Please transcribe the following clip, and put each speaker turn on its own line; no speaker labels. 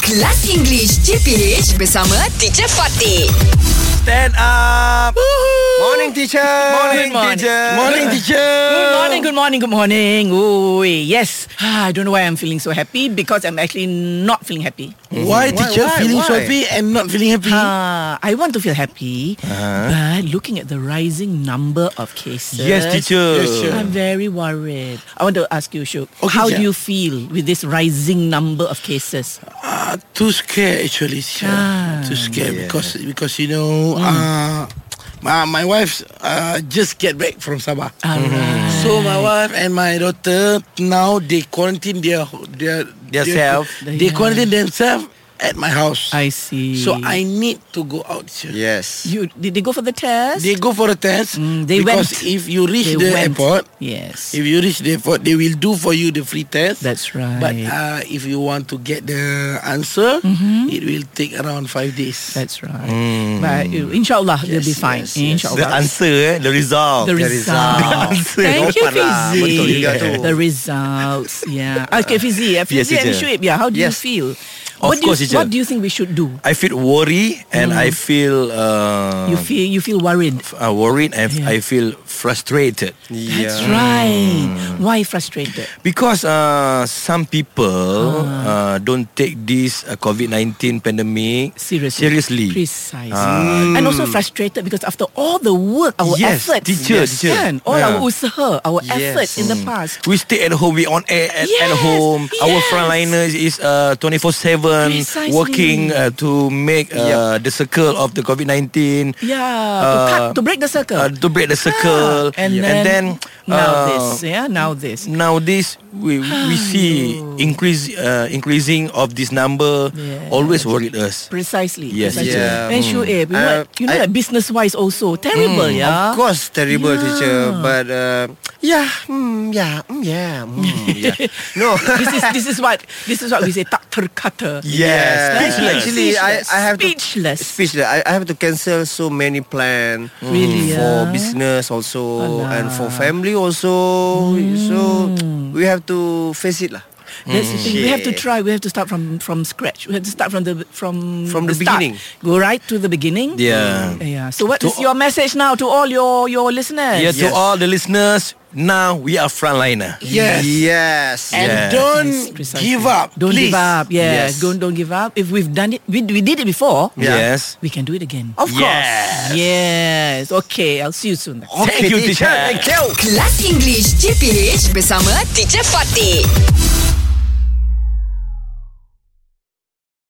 Kelas English CPH bersama Teacher Fatih.
Stand up. Morning teacher.
Morning, morning.
teacher.
Morning,
teacher.
Good
Oh.
morning, good morning, good morning. Oh, yes. Ah, I don't know why I'm feeling so happy because I'm actually not feeling happy.
Why teacher
why,
feeling so
why?
happy and not feeling happy?
Ah, I want to feel happy, but looking at the rising number of cases,
Yes, teacher.
Uh-huh. Yes, teacher.
I'm very worried. I want to ask you, Shuk,
Okay,
how do
teacher.
you feel with this rising number of cases?
Uh, too scared actually, teacher.
Ah.
Too scared
Yeah.
because because you know uh, my my wife uh, just get back from Sabah.
Ah. Alright.
So my wife and my daughter now they quarantine their their
Theirself.
They, they quarantine themselves at my house.
I see.
so I need to go out. Teacher.
Yes.
you did they go for the test?
They go for a test
Mm, they
because
went.
if you reach
They
the
went.
airport,
Yes.
If you reach the airport, they will do for you the free test.
That's right.
But uh, if you want to get the answer,
Mm-hmm.
it will take around five days.
That's right. But uh, inshallah, they'll be fine.
Hmm. Yes, yes, yes.
Inshallah.
The answer eh, the result.
the results. Thank you,
Jawapan lah.
Fizi.
Betul juga tu.
The results. Yeah. Okay, Fizi. eh,
Yes,
Fizi and
teacher.
Shuib. Yeah. How do you
Yes.
feel?
Of
what do
course,
you,
teacher.
What do you think we should do?
I feel worry and
Hmm.
I feel uh,
You feel you feel worried.
uh, worried and
Yeah.
I feel frustrated.
That's right.
Hmm.
Why frustrated?
Because uh, some people
Ah.
uh, don't take this uh, COVID-19 pandemic
Seriously.
seriously.
Precisely. And
Ah.
also frustrated because after all the work, our
Yes,
efforts,
teacher,
yes,
teacher.
kan? all
Yeah. Hmm.
our usaha, our efforts in the past,
We stay at home. We on air at, at
Yes,
home. Our
yes.
frontliners is uh, 24-7
Precisely.
working uh, to make uh, the circle of the COVID-19
Yeah, to cut,
Uh,
to break the circle.
uh, to break the circle.
Ah, and,
Yeah.
then,
and then
now
uh,
this, Ah, yeah, now this.
Now this we we see increase uh, increasing of this number
Yes.
always worried us.
Precisely.
Yes,
precisely.
yeah.
And sure, eh, you know,
Uh,
like- you know
I-
that business wise also terrible, yeah.
Of course, terrible
Yeah.
teacher. But uh, yeah, mm, yeah, mm, yeah, mm, yeah. No.
this is this is what this is what we say tak terkata.
Yeah.
Speechless.
Actually, I, I have to
speechless.
speechless. I, I have to cancel so many plan
Really,
for
ah?
business also
Alah. Mm.
and for family also. So we have to face it lah.
That's the thing. We have to
Shit.
try. We have to start from from scratch. We have to start from the from
From the
start.
beginning.
Go right to the beginning.
Yeah.
Yeah. So what
To
is your message now to all your your listeners?
Yeah, to
Yes.
all the listeners, now we are frontliner.
Yes.
Yes.
And
Yeah.
don't
Yes, precisely.
give up.
Don't
please.
give up. Yeah.
Yes.
Don't don't give up. If we've done it, we, we did it before.
Yeah.
Yes.
We can do it again.
Of course.
Yes. Okay. I'll see you soon. then.
Thank you, teacher.
Thank you.
Kelas English CPH bersama Teacher Fatih.